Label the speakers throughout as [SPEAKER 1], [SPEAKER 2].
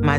[SPEAKER 1] my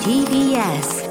[SPEAKER 2] TBS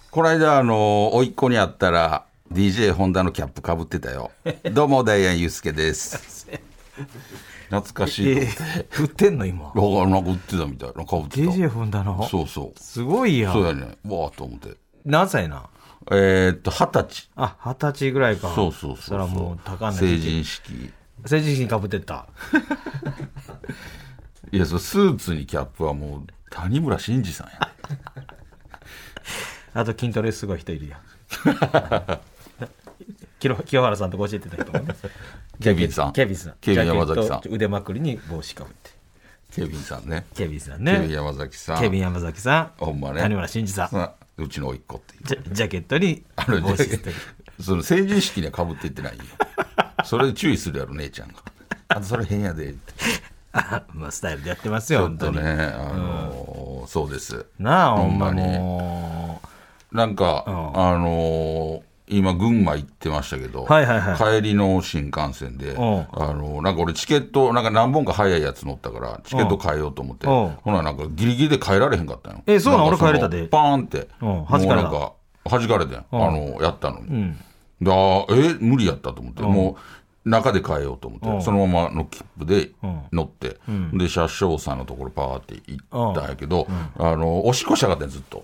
[SPEAKER 3] この間、あの、甥っ子に会ったら、DJ ホンダのキャップかぶってた よ。どうも、ダイアンユースケです。懐かしいと思って。
[SPEAKER 4] 売ってんの今。
[SPEAKER 3] あなんか売ってたみたいな、かぶってた。
[SPEAKER 4] DJ ホンダの。
[SPEAKER 3] そうそう。
[SPEAKER 4] すごいやん
[SPEAKER 3] そうやね。わーっと思って。
[SPEAKER 4] 何歳なん
[SPEAKER 3] えーっと、二十歳。
[SPEAKER 4] あ、二十歳ぐらいか。
[SPEAKER 3] そうそうそうそう。
[SPEAKER 4] そらもう高値。
[SPEAKER 3] 成人式。
[SPEAKER 4] 成人式にかぶってった。
[SPEAKER 3] いや、そう、スーツにキャップはもう、谷村新司さんや、
[SPEAKER 4] あと筋トレすごい人いるやん。 清清原さんとこ教えてた人も ね。
[SPEAKER 3] ケビンさん。
[SPEAKER 4] ケビンさん。
[SPEAKER 3] ケビン山崎さん
[SPEAKER 4] ジャケット。腕まくりに帽子かぶって。
[SPEAKER 3] ケビンさんね。
[SPEAKER 4] ケビンさん
[SPEAKER 3] ケビン
[SPEAKER 4] ね。
[SPEAKER 3] 山崎さん。
[SPEAKER 4] ケビン山崎さん。
[SPEAKER 3] ほんまね
[SPEAKER 4] 谷村新司さん。
[SPEAKER 3] さん。うちの甥っ子っていう。
[SPEAKER 4] ジャジャケットに
[SPEAKER 3] あの
[SPEAKER 4] 帽子してる。
[SPEAKER 3] その成人式にはかぶっていってないよ。それで注意するやろ、姉ちゃんが。あとそれ変やでって。
[SPEAKER 4] あまあスタイルでやってます
[SPEAKER 3] ち
[SPEAKER 4] よ、
[SPEAKER 3] ょっ
[SPEAKER 4] 本当
[SPEAKER 3] と
[SPEAKER 4] に
[SPEAKER 3] ね、。あのーそうです。
[SPEAKER 4] なあ、ほ
[SPEAKER 3] ほ
[SPEAKER 4] ん
[SPEAKER 3] ん
[SPEAKER 4] ま
[SPEAKER 3] まに
[SPEAKER 4] もう。
[SPEAKER 3] なんか、
[SPEAKER 4] ん
[SPEAKER 3] あのー今、群馬行ってましたけど、
[SPEAKER 4] はいはいは
[SPEAKER 3] 帰りの新幹線で、あ
[SPEAKER 4] ん
[SPEAKER 3] のーなんか俺、チケット、なんか何本か早いやつ乗ったから、チケット変えようと思って、
[SPEAKER 4] うん
[SPEAKER 3] ほな、なんかギリギリで帰られへんかったんよ。
[SPEAKER 4] えそうなん
[SPEAKER 3] かその
[SPEAKER 4] 俺帰れたで
[SPEAKER 3] パーンって、
[SPEAKER 4] うん
[SPEAKER 3] も
[SPEAKER 4] 弾
[SPEAKER 3] う
[SPEAKER 4] かれ
[SPEAKER 3] な
[SPEAKER 4] た
[SPEAKER 3] んか、弾かれてん、あのーやったのに。
[SPEAKER 4] うん。
[SPEAKER 3] であーえ無理やったと思って、もう中で変えようと思って、
[SPEAKER 4] うん
[SPEAKER 3] そのままの切符で
[SPEAKER 4] うん
[SPEAKER 3] 乗って、で車掌さんのところパーって行ったんやけど、あのおしっこしたかったんずっと、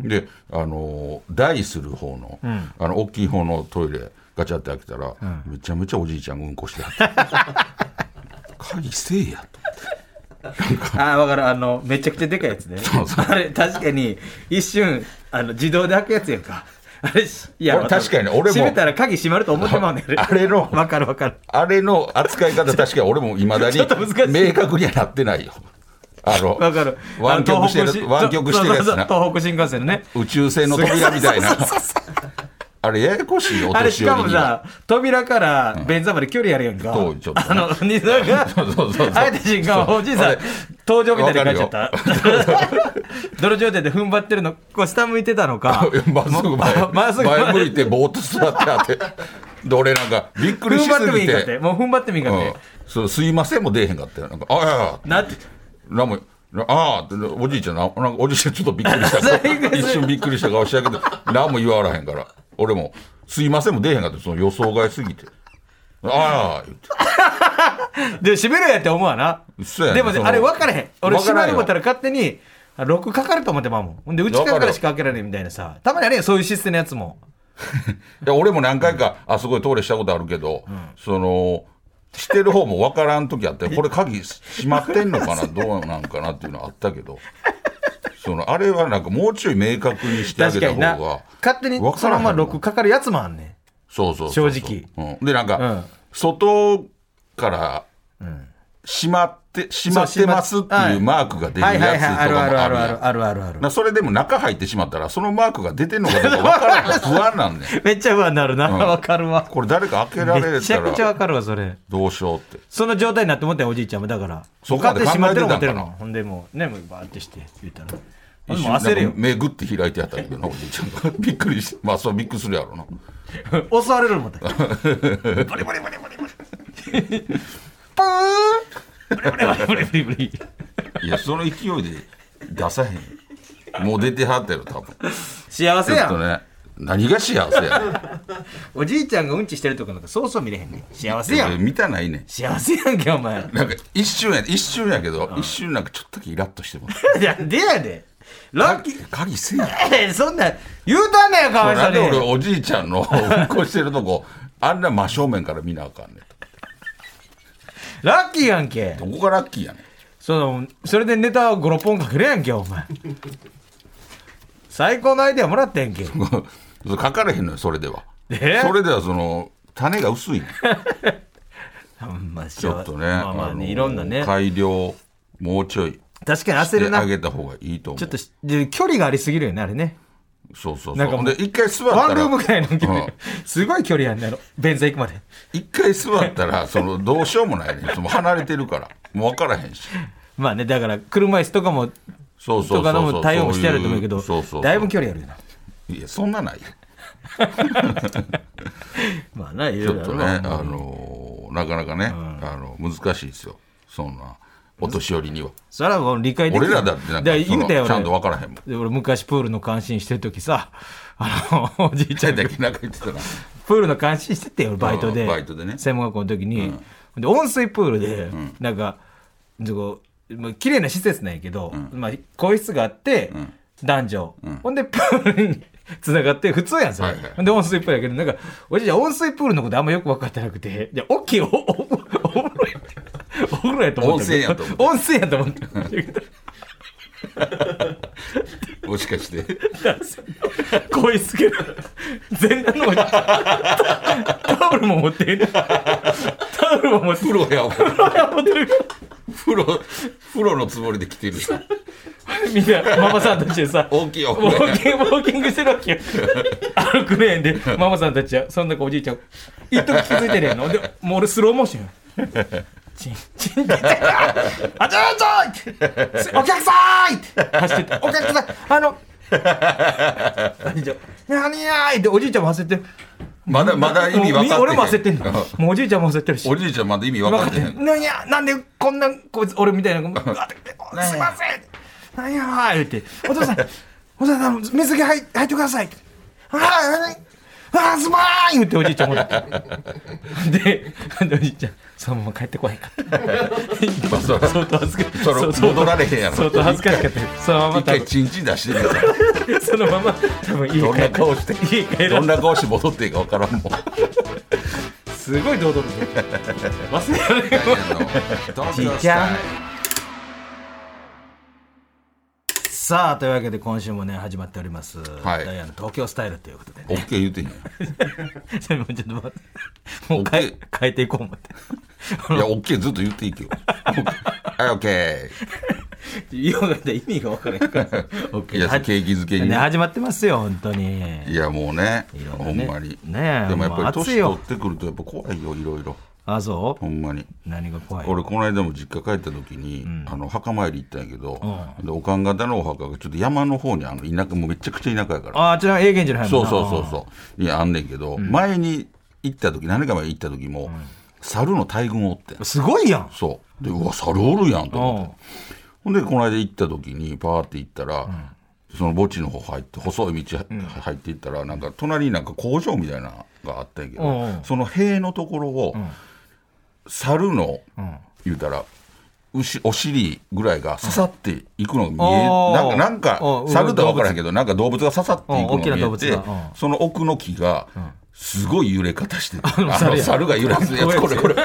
[SPEAKER 4] うん。
[SPEAKER 3] であの台する方の,、あの大きい方のトイレガチャって開けたら、めちゃめちゃおじいちゃんがうんこしてはった 返せえやと
[SPEAKER 4] ああ、わかる。あの、めちゃくちゃでかいやつね。あれ、確かに、一瞬、あの、自動で開くやつやんか。あれし、いや、
[SPEAKER 3] 俺確かにね俺も
[SPEAKER 4] 閉めたら鍵閉まると思ってまうね
[SPEAKER 3] あれの
[SPEAKER 4] わかるわかる。
[SPEAKER 3] あれの扱 い方確かに俺もいまだに
[SPEAKER 4] ちょっと難しい
[SPEAKER 3] 明確にはなってないよあの
[SPEAKER 4] わかる。
[SPEAKER 3] 湾曲してる湾曲してるやつ
[SPEAKER 4] そうそう
[SPEAKER 3] な
[SPEAKER 4] そう東北新幹線のね。
[SPEAKER 3] 宇宙船の扉みたいな。あれ、ややこしいよ、お
[SPEAKER 4] あれ、し
[SPEAKER 3] 年寄
[SPEAKER 4] か
[SPEAKER 3] り
[SPEAKER 4] も
[SPEAKER 3] には。
[SPEAKER 4] さ、扉から便座まで距離あるやんか。
[SPEAKER 3] 遠いちょっとね
[SPEAKER 4] あの、二度が、
[SPEAKER 3] そうそうそう
[SPEAKER 4] 入った瞬間、
[SPEAKER 3] そう
[SPEAKER 4] おじいさん
[SPEAKER 3] 俺、
[SPEAKER 4] 登場みたいになっちゃった。 泥状態で踏ん張ってるの、こう下向いてたの か。
[SPEAKER 3] まっすぐ前、
[SPEAKER 4] まっすぐ前
[SPEAKER 3] 前向いて、ぼーっと座ってあって。で、俺なんか、びっくり
[SPEAKER 4] 踏ん
[SPEAKER 3] し
[SPEAKER 4] 張って
[SPEAKER 3] す
[SPEAKER 4] もい
[SPEAKER 3] ぎ
[SPEAKER 4] いかって。
[SPEAKER 3] て。
[SPEAKER 4] もう踏ん張ってもいいうかって
[SPEAKER 3] ん。そう、すいませんも出えへんかったよ。なんか、ああ、
[SPEAKER 4] なって、
[SPEAKER 3] なんも、ああって、おじいちゃんな、なんかおじいちゃんちょっとびっくり した
[SPEAKER 4] 最悪
[SPEAKER 3] 一瞬びっくりした顔したけど、何も言わらへんから。俺も、すいませんも出えへんかった。その予想外すぎて。ああ、言って。
[SPEAKER 4] で、閉めろやって思うわな。
[SPEAKER 3] そうやね
[SPEAKER 4] でもね、
[SPEAKER 3] その
[SPEAKER 4] あれ分からへん。
[SPEAKER 3] 分
[SPEAKER 4] 俺、
[SPEAKER 3] か
[SPEAKER 4] 閉
[SPEAKER 3] ら
[SPEAKER 4] ま
[SPEAKER 3] んよ
[SPEAKER 4] る思ったら勝手に、あロックかかると思ってまうもん。ほんで、内側からしか開けられんみたいなさ。たまにあれやんそういうシステムのやつも。
[SPEAKER 3] いや俺も何回か、あそこでトイレしたことあるけど、そのしてる方も分からん時あって これ鍵閉まってんのかなどうなんかなっていうのはあったけどそのあれはなんかもうちょい明確にしてあげ
[SPEAKER 4] 確
[SPEAKER 3] た方
[SPEAKER 4] かにな
[SPEAKER 3] が。
[SPEAKER 4] 勝手に、
[SPEAKER 3] 分
[SPEAKER 4] そ
[SPEAKER 3] か
[SPEAKER 4] の
[SPEAKER 3] らん
[SPEAKER 4] ままロックかかるやつもあんねん。
[SPEAKER 3] そうそうそうそう
[SPEAKER 4] 正
[SPEAKER 3] 直、うんでなんか、
[SPEAKER 4] うん
[SPEAKER 3] 外から閉まって閉まってますっていうマークが出る
[SPEAKER 4] はいは
[SPEAKER 3] や
[SPEAKER 4] いはい、
[SPEAKER 3] つ
[SPEAKER 4] あ
[SPEAKER 3] と
[SPEAKER 4] る
[SPEAKER 3] か
[SPEAKER 4] ある
[SPEAKER 3] も
[SPEAKER 4] あ
[SPEAKER 3] あ
[SPEAKER 4] る
[SPEAKER 3] る
[SPEAKER 4] あ
[SPEAKER 3] や
[SPEAKER 4] る
[SPEAKER 3] ん
[SPEAKER 4] あるあるある
[SPEAKER 3] なそれでも中入ってしまったらそのマークが出てんのかどうか分から ない不安なんねん
[SPEAKER 4] めっちゃ不安になるな。わ、かるわ。
[SPEAKER 3] これ誰か開けら
[SPEAKER 4] め
[SPEAKER 3] れ
[SPEAKER 4] ち
[SPEAKER 3] た
[SPEAKER 4] ゃくちゃ
[SPEAKER 3] ら
[SPEAKER 4] わかるわ、それ。
[SPEAKER 3] どうしようって
[SPEAKER 4] その状態になって思ったよ、おじいちゃんも。だから。
[SPEAKER 3] そこまで考えてたんかな
[SPEAKER 4] 勝手に閉まってるの思ってるの。ほんで、もう、ね、もうバーってして、言ったら。ほんでもう
[SPEAKER 3] 一瞬
[SPEAKER 4] 焦る
[SPEAKER 3] な
[SPEAKER 4] よ
[SPEAKER 3] んか。目ぐって開いてやったけどな、おじいちゃんが。 びっくりして。まあ、そうびっくりするやろうな。
[SPEAKER 4] 襲われる もんだ。
[SPEAKER 3] バリバリバリバリバ
[SPEAKER 4] パーンブリブリブリブリブリブリ。
[SPEAKER 3] リ。いや、その勢いで出さへん。もう出てはったやろ、多分。
[SPEAKER 4] 幸せ
[SPEAKER 3] ちょ
[SPEAKER 4] や
[SPEAKER 3] っと
[SPEAKER 4] ん。
[SPEAKER 3] ね、何が幸せやね
[SPEAKER 4] おじいちゃんがうんちしてるとかなんかそうそう見れへんねん。幸せや
[SPEAKER 3] ん。
[SPEAKER 4] ん。
[SPEAKER 3] 見たないねん。
[SPEAKER 4] 幸せやんけ、お前。
[SPEAKER 3] なんか一瞬や、一瞬やけど、一瞬なんかちょっとだけイラッとしてもらう
[SPEAKER 4] なんでやで。ラッキー
[SPEAKER 3] 鍵鍵せえや。
[SPEAKER 4] ええそんなん言うたんねやかわい
[SPEAKER 3] な
[SPEAKER 4] そ
[SPEAKER 3] んで俺
[SPEAKER 4] に
[SPEAKER 3] おじいちゃんの うんこしてるとこあんな真正面から見なあかんねん
[SPEAKER 4] ラッキーやんけ
[SPEAKER 3] どこがラッキーやねん
[SPEAKER 4] そのそれでネタ56本かけるやんけお前最高のアイデアもらったやんけ
[SPEAKER 3] そう書かれへんのよそれでは
[SPEAKER 4] え
[SPEAKER 3] それではその種が薄いねん
[SPEAKER 4] まあ
[SPEAKER 3] ちょっとね,、
[SPEAKER 4] まあまあね
[SPEAKER 3] の
[SPEAKER 4] いろんなね
[SPEAKER 3] 改良もうちょい
[SPEAKER 4] 確かに
[SPEAKER 3] して
[SPEAKER 4] 焦るな
[SPEAKER 3] あげた方がいいと思う
[SPEAKER 4] ちょっとしで距離がありすぎるよねあれね
[SPEAKER 3] そうそうそう
[SPEAKER 4] なんかもう
[SPEAKER 3] で一回座ったら
[SPEAKER 4] ワンルームぐらいの距離、
[SPEAKER 3] うん
[SPEAKER 4] すごい距離やんねやろ便座行くまで
[SPEAKER 3] 一回座ったらそのどうしようもないねんその離れてるからもう分からへんし
[SPEAKER 4] まあねだから車椅子とかも
[SPEAKER 3] そうそうそうそう
[SPEAKER 4] とかのも対応もしてやると思うけど
[SPEAKER 3] そうそうそう
[SPEAKER 4] だいぶ距離あるよない
[SPEAKER 3] やそんなないよ
[SPEAKER 4] まあない
[SPEAKER 3] ち
[SPEAKER 4] ろい
[SPEAKER 3] ょっ
[SPEAKER 4] ろ
[SPEAKER 3] とね、あのーなかなかね、あの難しいですよ、そんな、お年寄りには。
[SPEAKER 4] それはもう理解でき
[SPEAKER 3] 俺らだってなんか
[SPEAKER 4] だら言うたよ
[SPEAKER 3] その
[SPEAKER 4] 俺
[SPEAKER 3] ちゃんと分からへんもん。
[SPEAKER 4] で俺昔プールの監視員してる時さあのおじいち
[SPEAKER 3] ちゃ
[SPEAKER 4] ゃ
[SPEAKER 3] い
[SPEAKER 4] んが
[SPEAKER 3] だけなんか言ってたら、
[SPEAKER 4] プールの監視しててよバイトで
[SPEAKER 3] うんバイトでね
[SPEAKER 4] 専門学校の時に、で温水プールで、なんかそこまあ綺麗な施設なんやけど、まあ、個室があって、男女、ほんでプールにつながって普通やんそれ、
[SPEAKER 3] はいはい
[SPEAKER 4] ほんで温水プールやけどなんかおじいちゃん温水プールのことあんまよく分かってなくていや大きいおおお風呂やお風呂やと思って
[SPEAKER 3] 温泉やと思って
[SPEAKER 4] 温泉やと思って
[SPEAKER 3] もしかして、
[SPEAKER 4] 声すけど全裸のおじタオルも持ってるタオルも持って
[SPEAKER 3] 風
[SPEAKER 4] る
[SPEAKER 3] 呂や、
[SPEAKER 4] 持ってる
[SPEAKER 3] 風呂、風呂のつもりで来てるさ、
[SPEAKER 4] みんなママさんたちでさウォ
[SPEAKER 3] 大きいお風呂
[SPEAKER 4] ー
[SPEAKER 3] や。
[SPEAKER 4] キングウォーキングしてるわけよ歩くレーンでママさんたちはそんなおじいちゃん一時気づいてるやんのでもう俺スローモーションよチンチン出てあちょちょいってお客さんって走ってってお客さんあのおじいちゃん何やーいっておじいちゃんも焦ってる
[SPEAKER 3] まだまだ意味分かってへん。
[SPEAKER 4] 俺も焦ってんの。もうおじいちゃんも焦ってるし。
[SPEAKER 3] おじいちゃんまだ意味分かってへ ん。
[SPEAKER 4] なんや、なんでこんな、こいつ、俺みたいなのが、うわってすいません。なんや、はい、言って、お父さん、お父さんあの、水着入入ってください。あーはい、あー、すまーん言っておじいちゃんもらって。で、でおじいちゃん、そのまま帰ってこないから。
[SPEAKER 3] まあそれ
[SPEAKER 4] 相当恥ずかしい。
[SPEAKER 3] それ戻られへんやろ
[SPEAKER 4] 相当恥ずかしかったよ。そのまま
[SPEAKER 3] 一
[SPEAKER 4] 多分
[SPEAKER 3] 回、チンチン出してみたら、
[SPEAKER 4] そのまま、多分家帰って。
[SPEAKER 3] どんな顔して
[SPEAKER 4] 家帰、ら
[SPEAKER 3] ど
[SPEAKER 4] ん
[SPEAKER 3] んな顔して戻っていいか分からんもん。
[SPEAKER 4] すごい堂々としてる。忘れられない。
[SPEAKER 3] ち
[SPEAKER 4] ちいちゃんさあというわけで今週もね始まっております、
[SPEAKER 3] い
[SPEAKER 4] ダイアンの東京スタイルということで
[SPEAKER 3] オッケー言うてんやん。
[SPEAKER 4] それもちょっと待ってもう変え
[SPEAKER 3] OK
[SPEAKER 4] 変えていこう思って
[SPEAKER 3] いや、オッケーずっと言っていいけど。はい、オッケ
[SPEAKER 4] 言おうがない意味が分からへんから OK
[SPEAKER 3] ー。いや、景気づけに
[SPEAKER 4] ね
[SPEAKER 3] ね。
[SPEAKER 4] 始まってますよ本当に
[SPEAKER 3] いや、もうね
[SPEAKER 4] い、ろん
[SPEAKER 3] ほ
[SPEAKER 4] なね
[SPEAKER 3] んまに。
[SPEAKER 4] ねえ
[SPEAKER 3] でもやっぱ
[SPEAKER 4] もう
[SPEAKER 3] り
[SPEAKER 4] 暑い
[SPEAKER 3] 年
[SPEAKER 4] よ
[SPEAKER 3] 取ってくると、やっぱ怖いよ、いろいろ。
[SPEAKER 4] あそ
[SPEAKER 3] ほんまに。
[SPEAKER 4] う何が怖い
[SPEAKER 3] 俺、この間も実家帰った時に、あの、墓参り行ったんやけど、で、おかん方のお墓がちょっと山の方に、あの、田舎、もうめちゃくちゃ田舎やから。
[SPEAKER 4] ああちら永源寺の
[SPEAKER 3] そう
[SPEAKER 4] も
[SPEAKER 3] ん
[SPEAKER 4] な
[SPEAKER 3] そうそうそう。にあんねんけど、前に行った時、何年か前に行った時も、猿の大群おってん
[SPEAKER 4] すごいやん
[SPEAKER 3] そう。で、うわ、猿おるやんと思ってほ
[SPEAKER 4] う。ん
[SPEAKER 3] んで、この間行った時に、パーって行ったら、その墓地の方入って、細い道入っていったら、なんか、隣になんか工場みたいなのがあったんやけど、
[SPEAKER 4] うんうん
[SPEAKER 3] その塀のところを、猿の、言うたら、牛お尻ぐらいが刺さっていくのが見
[SPEAKER 4] う
[SPEAKER 3] え
[SPEAKER 4] ん
[SPEAKER 3] なんか、なん
[SPEAKER 4] うん
[SPEAKER 3] か、猿とは分からへんけど、なんか動物が刺さっていくの
[SPEAKER 4] うん大き
[SPEAKER 3] が
[SPEAKER 4] な動
[SPEAKER 3] 見え
[SPEAKER 4] 物
[SPEAKER 3] て、
[SPEAKER 4] がうん
[SPEAKER 3] その奥の木が、すごい揺れ方してて、あ
[SPEAKER 4] の猿
[SPEAKER 3] の
[SPEAKER 4] や
[SPEAKER 3] 猿が揺 らすやつ、これこれ、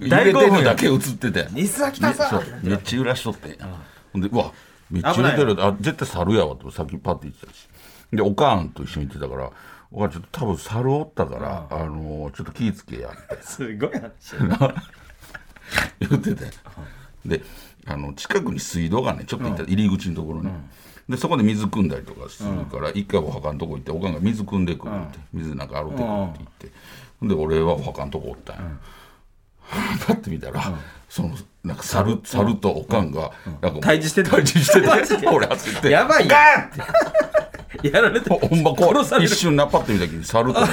[SPEAKER 3] 揺れてるのだけ映ってて。
[SPEAKER 4] 水が来た
[SPEAKER 3] そ
[SPEAKER 4] さ
[SPEAKER 3] うめっちゃ揺らしとってほんでうわめっちゃ揺れてるあ絶対猿やわってさっきパッて言ってたしでおかんと一緒に行ってたからおかんちょっと多分猿おったから、あのーちょっと気ぃつけやって
[SPEAKER 4] すごい話
[SPEAKER 3] 言っててであの近くに水道がねちょっと行った入り口のところに、でそこで水汲んだりとかするから、一回お墓のとこ行っておかんが水汲んでくるって、水なんか洗ってくるって言って、ほんで俺はお墓のとこおったんや、 パッて見たら、そのなんか猿猿とおかんが、なんか
[SPEAKER 4] 退治してた
[SPEAKER 3] 退治 してて俺焦って
[SPEAKER 4] やばいやんやられて
[SPEAKER 3] ほんまこ
[SPEAKER 4] 殺され
[SPEAKER 3] う
[SPEAKER 4] る
[SPEAKER 3] 一瞬なパッて見た時に猿 とも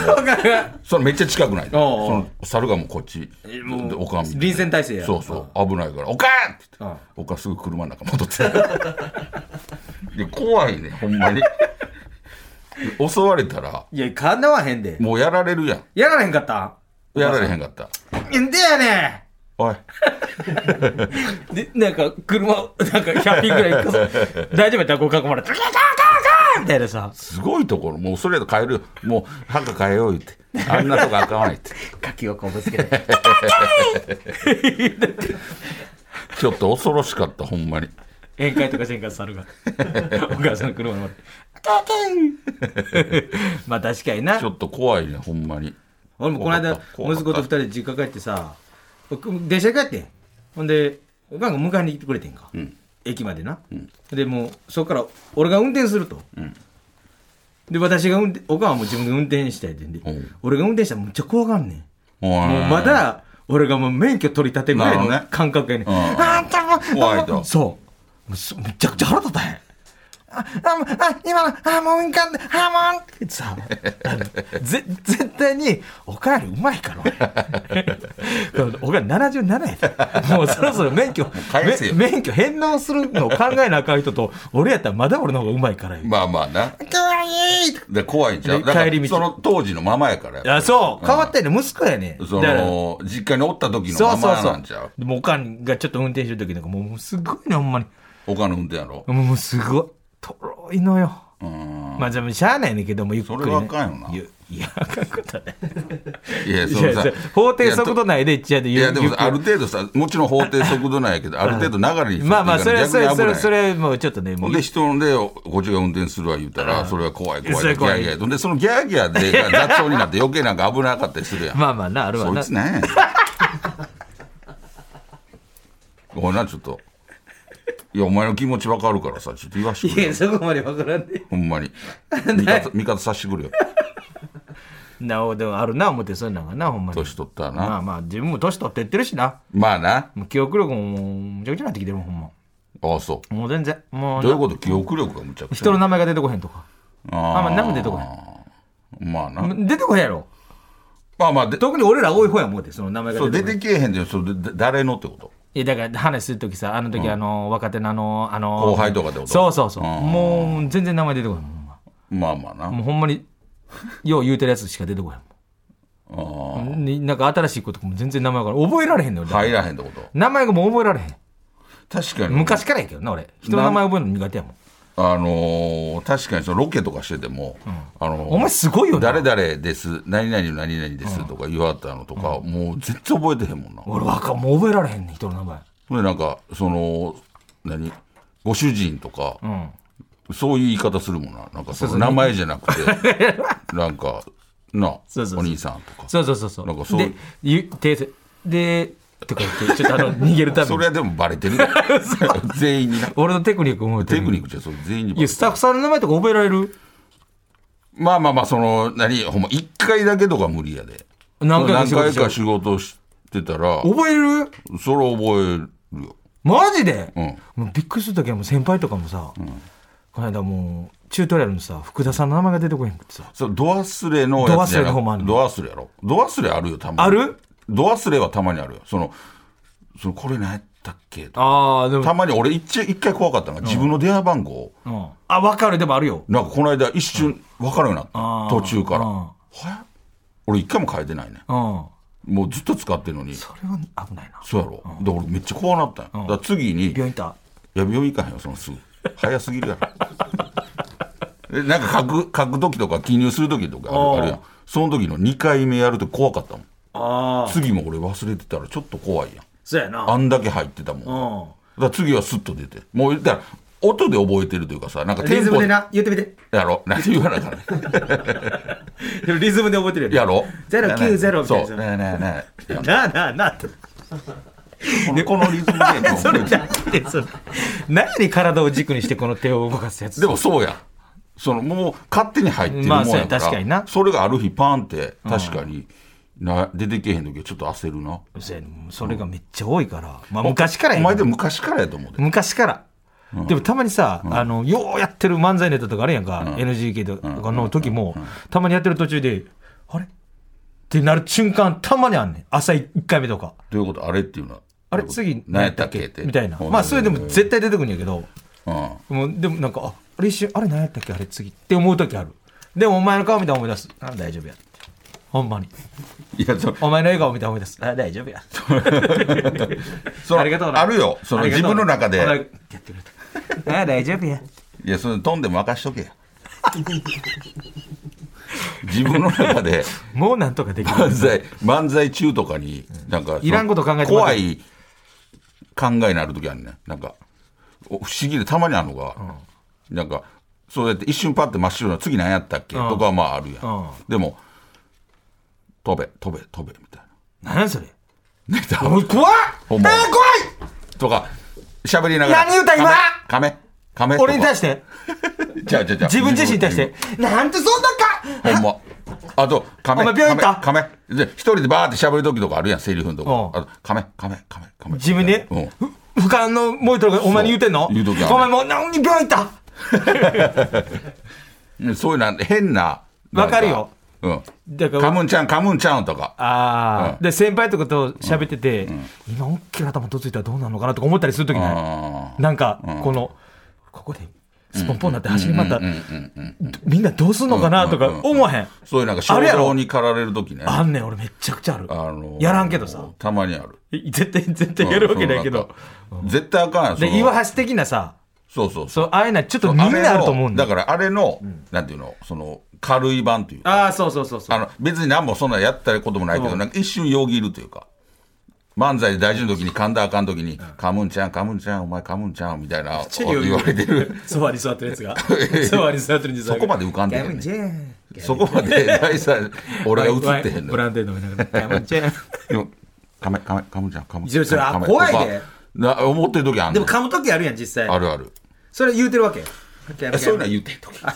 [SPEAKER 3] それめっちゃ近くないでそ
[SPEAKER 4] おうおう
[SPEAKER 3] の猿がもうこっち
[SPEAKER 4] もう
[SPEAKER 3] でおかん見て
[SPEAKER 4] 臨戦態勢や
[SPEAKER 3] そうそう危ないから「おかん!」って言っておかんすぐ車の中戻って で怖いねほんまにで襲われたら
[SPEAKER 4] いやかなわへんで
[SPEAKER 3] もうやられるやん
[SPEAKER 4] やられへんかった
[SPEAKER 3] やられへんかった
[SPEAKER 4] んでやね
[SPEAKER 3] おい
[SPEAKER 4] で、なんか、車を、なんか、100品ぐら い行くから大丈夫やったら、こう囲まれて、ガーガーガーガーみたいなさ、
[SPEAKER 3] すごいところもうそれで変えるもう墓変えよう言ってあんなとこあかんわいって
[SPEAKER 4] カキをこうぶつけて。
[SPEAKER 3] ちょっと恐ろしかったほんまに
[SPEAKER 4] 宴会とかせんから猿が お母さんの車の前で「 まあ確かにな
[SPEAKER 3] ちょっと怖いねほんまに
[SPEAKER 4] 俺もこの間
[SPEAKER 3] 怖か
[SPEAKER 4] 息
[SPEAKER 3] った
[SPEAKER 4] 子と二人で実家帰ってさ僕電車で帰ってんほんでおかんが迎えに来てくれてんか、駅までな、でもうそこから俺が運転すると、で私が運転おかんはもう自分で運転したいって言うんで、
[SPEAKER 3] うん
[SPEAKER 4] 俺が運転したらむっちゃ怖がんねん
[SPEAKER 3] も
[SPEAKER 4] もうまだ俺がもう免許取り立てぐら
[SPEAKER 3] な
[SPEAKER 4] い
[SPEAKER 3] るほど
[SPEAKER 4] の
[SPEAKER 3] ね
[SPEAKER 4] 感覚やねん。
[SPEAKER 3] ん
[SPEAKER 4] あんたも
[SPEAKER 3] 怖いと
[SPEAKER 4] そう。もうすめちゃくちゃ腹立たへん。あ、あ、もうあ、今の、あ、もう運かんで、あ、もうってさ、あのぜ、絶対に、おかわりうまいから、俺このおかわり77やで。もうそろそろ免許、
[SPEAKER 3] 返せよ
[SPEAKER 4] め免許返納するのを考えなあかん人と、俺やったらまだ俺の方がうまいからよ。
[SPEAKER 3] まあまあなで怖いんちゃう
[SPEAKER 4] で
[SPEAKER 3] だから
[SPEAKER 4] 帰り道
[SPEAKER 3] その当時のままやからやっぱり
[SPEAKER 4] あ、そう、変わったよね、息子やね。
[SPEAKER 3] そ
[SPEAKER 4] だから
[SPEAKER 3] の実家におった時の
[SPEAKER 4] そう
[SPEAKER 3] ま
[SPEAKER 4] そう
[SPEAKER 3] ま
[SPEAKER 4] そ
[SPEAKER 3] な
[SPEAKER 4] うん
[SPEAKER 3] ちゃう。
[SPEAKER 4] でもうおかんがちょっと運転してる時なんかもうもうすごいね、ほんまに。
[SPEAKER 3] 他の運転やろ
[SPEAKER 4] もうもうすごい。とろいのよ。
[SPEAKER 3] うん
[SPEAKER 4] まあじゃあしゃあないねんけども、ゆっくり、ね。
[SPEAKER 3] それはあかんよない
[SPEAKER 4] や、いやあかんことはない。
[SPEAKER 3] いや
[SPEAKER 4] い
[SPEAKER 3] その
[SPEAKER 4] や
[SPEAKER 3] さ
[SPEAKER 4] それ法定速度内で、じゃあ
[SPEAKER 3] いやでも
[SPEAKER 4] ゆっくり
[SPEAKER 3] ある程度さもちろん法定速度なんやけどある程度流れに
[SPEAKER 4] まあまあ、それはそれはそれはそ
[SPEAKER 3] れ
[SPEAKER 4] れはもうちょっとね、
[SPEAKER 3] ほ
[SPEAKER 4] もうん
[SPEAKER 3] で人でこっちが運転するわ言うたらそれは怖い怖
[SPEAKER 4] それ
[SPEAKER 3] いギャ
[SPEAKER 4] 怖
[SPEAKER 3] ー
[SPEAKER 4] い
[SPEAKER 3] ギャーほんでそのギャーギャーで雑音になって余計なんか危なかったりするやん
[SPEAKER 4] まあまあな、あるわ
[SPEAKER 3] そい
[SPEAKER 4] な。
[SPEAKER 3] つね おいなちょっといやお前の気持ちわかるからさちょっと言わしてく
[SPEAKER 4] い
[SPEAKER 3] れよ
[SPEAKER 4] や、そこまでわからんで。
[SPEAKER 3] ほんま に味方味方さしてくれよ
[SPEAKER 4] なお、でもあるな、思って、そういうのがな、ほんまに。
[SPEAKER 3] 年取ったらな
[SPEAKER 4] まあまあ、自分も年取ってってるしな。
[SPEAKER 3] まあな。
[SPEAKER 4] もう記憶力ももう、むちゃくちゃなってきてるもん、ほんま。
[SPEAKER 3] ああ、そ
[SPEAKER 4] もう全然。も
[SPEAKER 3] う。
[SPEAKER 4] う
[SPEAKER 3] どういう
[SPEAKER 4] な、
[SPEAKER 3] こと記憶力がむちゃくちゃ。
[SPEAKER 4] 人の名前が出てこへんとか。
[SPEAKER 3] あ
[SPEAKER 4] あんま何も出てこへん。
[SPEAKER 3] ん。まあな。
[SPEAKER 4] 出てこへんやろ。
[SPEAKER 3] まあまあ、で
[SPEAKER 4] 特に俺ら多い方やもうて、その名前が
[SPEAKER 3] そう
[SPEAKER 4] 出
[SPEAKER 3] 出
[SPEAKER 4] てこへ
[SPEAKER 3] て
[SPEAKER 4] ん
[SPEAKER 3] けえへんで、そうでで誰のってこと
[SPEAKER 4] いや、だから話するときさ、あの時、あの、若手のあの、あの、
[SPEAKER 3] 後輩とかってこと
[SPEAKER 4] そうそうそう。
[SPEAKER 3] うん
[SPEAKER 4] もう、全然名前出てこへんもんほんま。
[SPEAKER 3] まあまあな。
[SPEAKER 4] もうほんまに、よう言うてるやつしか出てこへん
[SPEAKER 3] あ
[SPEAKER 4] もん。になんか新しいことも全然名前が覚えられへんのよ。だ
[SPEAKER 3] あ
[SPEAKER 4] から
[SPEAKER 3] 入らへんってこと
[SPEAKER 4] 名前がもう覚えられへん。
[SPEAKER 3] 確かに。
[SPEAKER 4] 昔からやけどな、俺。人の名前覚えるの苦手やもん。
[SPEAKER 3] あのー確かにそのロケとかしてても、あのー
[SPEAKER 4] お前すごいよな
[SPEAKER 3] 誰々です、何々の何々ですとか言わはったのとか、もう全然覚えてへんもんな。
[SPEAKER 4] 俺、若、もう覚えられへんねん、人の名前。
[SPEAKER 3] ほんで、なんか、その、何ご主人とか、
[SPEAKER 4] うん。
[SPEAKER 3] そういう言い方するもんな。なんかその名前じゃなくて、 なんか、な、
[SPEAKER 4] そうそうそう
[SPEAKER 3] お兄さんとか。
[SPEAKER 4] そうそうそうそう。
[SPEAKER 3] なんかそう
[SPEAKER 4] で、ゆ、訂正。で、とか言って、ちょっとあの、逃げるため
[SPEAKER 3] そ
[SPEAKER 4] に
[SPEAKER 3] れ。はでもバレて る。全員にな。
[SPEAKER 4] 俺のテクニック覚えて
[SPEAKER 3] テ
[SPEAKER 4] る。
[SPEAKER 3] クニックじゃそう全員にバ
[SPEAKER 4] い
[SPEAKER 3] レ
[SPEAKER 4] や、
[SPEAKER 3] て
[SPEAKER 4] スタッ
[SPEAKER 3] る
[SPEAKER 4] フ。さんの名前とか覚えられる
[SPEAKER 3] まあまあまあ、その、何、ほんま、一回だけとか無理やで。
[SPEAKER 4] 何回か
[SPEAKER 3] 何
[SPEAKER 4] 仕事
[SPEAKER 3] 回
[SPEAKER 4] してる
[SPEAKER 3] か仕事してたら、
[SPEAKER 4] 覚える
[SPEAKER 3] それ覚えるよ。
[SPEAKER 4] マジで、
[SPEAKER 3] ん
[SPEAKER 4] もうびっくりするときはもう先輩とかもさ、この間もうチュートリアルのさ福田さんの名前が出てこへんくってさ
[SPEAKER 3] それド忘れのやつじゃな
[SPEAKER 4] ド忘れの方もあんの
[SPEAKER 3] ド忘れやろ。ド忘れあるよ、たまに。
[SPEAKER 4] ある
[SPEAKER 3] ド忘れはたまにあるよ。その、そのこれ何やったっけとか
[SPEAKER 4] ああでも
[SPEAKER 3] たまに俺一一回怖かったのが、自分の電話番号を、
[SPEAKER 4] うん、あ分かるでもあるよ
[SPEAKER 3] なんかこの間一瞬分からんようになった、
[SPEAKER 4] あー
[SPEAKER 3] 途中から、
[SPEAKER 4] うん
[SPEAKER 3] は俺一回も変えてないね
[SPEAKER 4] うん
[SPEAKER 3] もうずっと使ってるのにそ
[SPEAKER 4] それは危ないな
[SPEAKER 3] うやろ、で俺めっちゃ怖なったんよ、だから次に「いや
[SPEAKER 4] 病院行っ
[SPEAKER 3] 病院行かへんよそのすぐ早すぎるや ろ」でなんか書く書く時とか記入する時とかあるあるやんその時の2回目やると怖かったもん
[SPEAKER 4] たああ
[SPEAKER 3] 次も俺忘れてたらちょっと怖いやん
[SPEAKER 4] そうやな
[SPEAKER 3] あんだけ入ってたもん、だから次はスッと出てもう言ったら音で覚えてるというかさなんかテンポ
[SPEAKER 4] な言ってみて
[SPEAKER 3] やろ何言わなあからね
[SPEAKER 4] リズムで覚えてる
[SPEAKER 3] やろ
[SPEAKER 4] 090みたいな
[SPEAKER 3] そうねえねえねえ
[SPEAKER 4] なあなあなあって
[SPEAKER 3] このリズムでもう
[SPEAKER 4] それじゃなくてそれ何に体を軸にしてこの手を動かすやつ
[SPEAKER 3] でもそうやそのもう勝手に入ってるもん
[SPEAKER 4] まあそうや
[SPEAKER 3] やから,、
[SPEAKER 4] 確かにな
[SPEAKER 3] それがある日パンって確かにな、出てけへん時はちょっと焦るな
[SPEAKER 4] そうやねそれがめっちゃ多いから、まあ、昔から
[SPEAKER 3] お
[SPEAKER 4] やね
[SPEAKER 3] 前でも昔からやと思うで
[SPEAKER 4] 昔から、でもたまにさ、あのようやってる漫才ネタとかあるやんか、NGK とかの時も、たまにやってる途中であれってなる瞬間たまにあんねん朝1回目とか
[SPEAKER 3] どういうことあれっていうのは
[SPEAKER 4] あれ
[SPEAKER 3] どういうこと
[SPEAKER 4] 次
[SPEAKER 3] 何やったっけって
[SPEAKER 4] みたいなまあそれでも絶対出てくるんやけど
[SPEAKER 3] うん
[SPEAKER 4] もうでもなんかああれ一瞬あれ何やったっけあれ次って思う時あるでもお前の顔見たら思い出すあ大丈夫やってほんまに
[SPEAKER 3] いやそ
[SPEAKER 4] お前の笑顔見た方がいいです。あ、大丈夫や。
[SPEAKER 3] その
[SPEAKER 4] ありがとうな
[SPEAKER 3] あるよその
[SPEAKER 4] ありが
[SPEAKER 3] 自
[SPEAKER 4] とう
[SPEAKER 3] 分の中
[SPEAKER 4] お前や
[SPEAKER 3] で
[SPEAKER 4] ってくれた。あ、大丈夫や。
[SPEAKER 3] いやその飛んでも任しとけや 自分の中で
[SPEAKER 4] もうなんとかでき
[SPEAKER 3] 漫
[SPEAKER 4] る。
[SPEAKER 3] 才漫才中とかになんか
[SPEAKER 4] いらんこと考えて
[SPEAKER 3] 怖い考えになる時あるねなんかお不思議でたまにあるのが、なんかそうやって一瞬パッて真っ白な次何やったっけ、
[SPEAKER 4] うん
[SPEAKER 3] とかはまああるやん、
[SPEAKER 4] うん
[SPEAKER 3] でも飛べ飛べ飛べみたい
[SPEAKER 4] 何やそれ。
[SPEAKER 3] なネタを
[SPEAKER 4] もう怖っ
[SPEAKER 3] ほんま
[SPEAKER 4] えー怖
[SPEAKER 3] とか喋りながら
[SPEAKER 4] 何言うた今
[SPEAKER 3] カメカメ
[SPEAKER 4] い俺に対してて
[SPEAKER 3] じゃあじゃあじゃあ
[SPEAKER 4] 自分自身に対してなんてそんなか
[SPEAKER 3] ほんま。あと、カメ。
[SPEAKER 4] お前病院行った
[SPEAKER 3] カメ。カメで一人でバーって喋る時とかあるやん、セリフのとこ。
[SPEAKER 4] う
[SPEAKER 3] あ
[SPEAKER 4] ん
[SPEAKER 3] と、カメ、カメ、カメ、カメ。
[SPEAKER 4] 自分で
[SPEAKER 3] うん。
[SPEAKER 4] 俯瞰のモニターがお前に言うてんの
[SPEAKER 3] そう言うときある
[SPEAKER 4] お前もう何に病院行った
[SPEAKER 3] うんそういうなん変な。なん
[SPEAKER 4] わかるよ。
[SPEAKER 3] うん。
[SPEAKER 4] だから
[SPEAKER 3] カムンちゃん、カムンちゃんとか。
[SPEAKER 4] ああ、
[SPEAKER 3] うん
[SPEAKER 4] で先輩とかと喋ってて、今大きな頭とついたらどうなるのかなとか思ったりするときない
[SPEAKER 3] あ
[SPEAKER 4] なんかこの、ここでスポンポンになって走り回ったらみんなどうすんのかなとか思わへん,、
[SPEAKER 3] ーそういうなんか
[SPEAKER 4] あ
[SPEAKER 3] 衝
[SPEAKER 4] るやろ
[SPEAKER 3] 動に駆られる時ね。
[SPEAKER 4] あんねん俺めっちゃくちゃある、
[SPEAKER 3] ー
[SPEAKER 4] やらんけどさ。
[SPEAKER 3] たまにある。
[SPEAKER 4] え絶対絶対やるわけないけ
[SPEAKER 3] うん
[SPEAKER 4] ど、。
[SPEAKER 3] そのなんか絶対あかんやんその
[SPEAKER 4] で岩橋的なさ
[SPEAKER 3] そうそう
[SPEAKER 4] そうああいうのはちょっ
[SPEAKER 3] そ
[SPEAKER 4] と
[SPEAKER 3] う
[SPEAKER 4] みんな
[SPEAKER 3] れの
[SPEAKER 4] あると思うんだ
[SPEAKER 3] だからあれの、なんていうの、その、軽い版というか
[SPEAKER 4] ああそうそうそうそう
[SPEAKER 3] あの別に何もそんなやったこともないけど、
[SPEAKER 4] うん
[SPEAKER 3] なんか一瞬よぎるというか漫才で大事な時に噛んだらあかん時に「噛むんちゃん噛むんちゃんお前噛むんちゃん」みたいな
[SPEAKER 4] ちゃよぎ
[SPEAKER 3] 言
[SPEAKER 4] る
[SPEAKER 3] われてる
[SPEAKER 4] ソファに 座ってるや つがソファに座ってる人
[SPEAKER 3] そこまで浮かんでへ
[SPEAKER 4] ガム
[SPEAKER 3] ん、
[SPEAKER 4] ジ
[SPEAKER 3] ね、
[SPEAKER 4] ェーン
[SPEAKER 3] そこまで大さ俺が映ってへん
[SPEAKER 4] ブラ
[SPEAKER 3] の
[SPEAKER 4] ンデー飲みながらガムジェ ーン
[SPEAKER 3] よ噛め噛め噛むんちゃん噛むん
[SPEAKER 4] いやそ
[SPEAKER 3] ち
[SPEAKER 4] れ
[SPEAKER 3] ゃん
[SPEAKER 4] あ
[SPEAKER 3] 噛む
[SPEAKER 4] 怖いで
[SPEAKER 3] とかな思ってる時あん
[SPEAKER 4] で
[SPEAKER 3] の
[SPEAKER 4] も噛む時あるやん実
[SPEAKER 3] あ
[SPEAKER 4] 際
[SPEAKER 3] るある
[SPEAKER 4] それ言うてるわけ
[SPEAKER 3] えそういうのは言ってんとか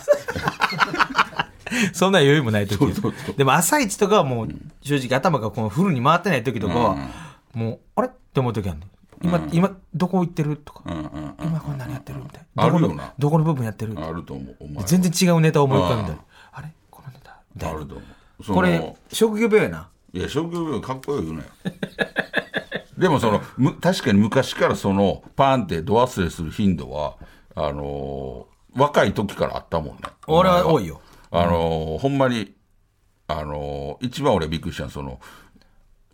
[SPEAKER 4] そんな余裕もない時
[SPEAKER 3] そうそうそう
[SPEAKER 4] でも朝一とかはもう正直頭がこのフルに回ってない時とかはもうあれって思う時あるね今今どこ行ってるとか
[SPEAKER 3] うんうんうん
[SPEAKER 4] 今こんなのやってるみたい
[SPEAKER 3] あ
[SPEAKER 4] な
[SPEAKER 3] るよな
[SPEAKER 4] どこのどこの部分やってる
[SPEAKER 3] あると思うお前は
[SPEAKER 4] 全然違うネタ思い浮かんだ
[SPEAKER 3] うん
[SPEAKER 4] りあれこのネタみた
[SPEAKER 3] あ
[SPEAKER 4] いな
[SPEAKER 3] ると思うその
[SPEAKER 4] これ職業病やない
[SPEAKER 3] や職業病かっこよい 言うなよでもそのむ確かに昔からそのパーンって度忘れする頻度はあのー若い時からあったもんね
[SPEAKER 4] 俺は
[SPEAKER 3] お前
[SPEAKER 4] 多いよ
[SPEAKER 3] あのーほんまにあのー一番俺びっくりしたのはその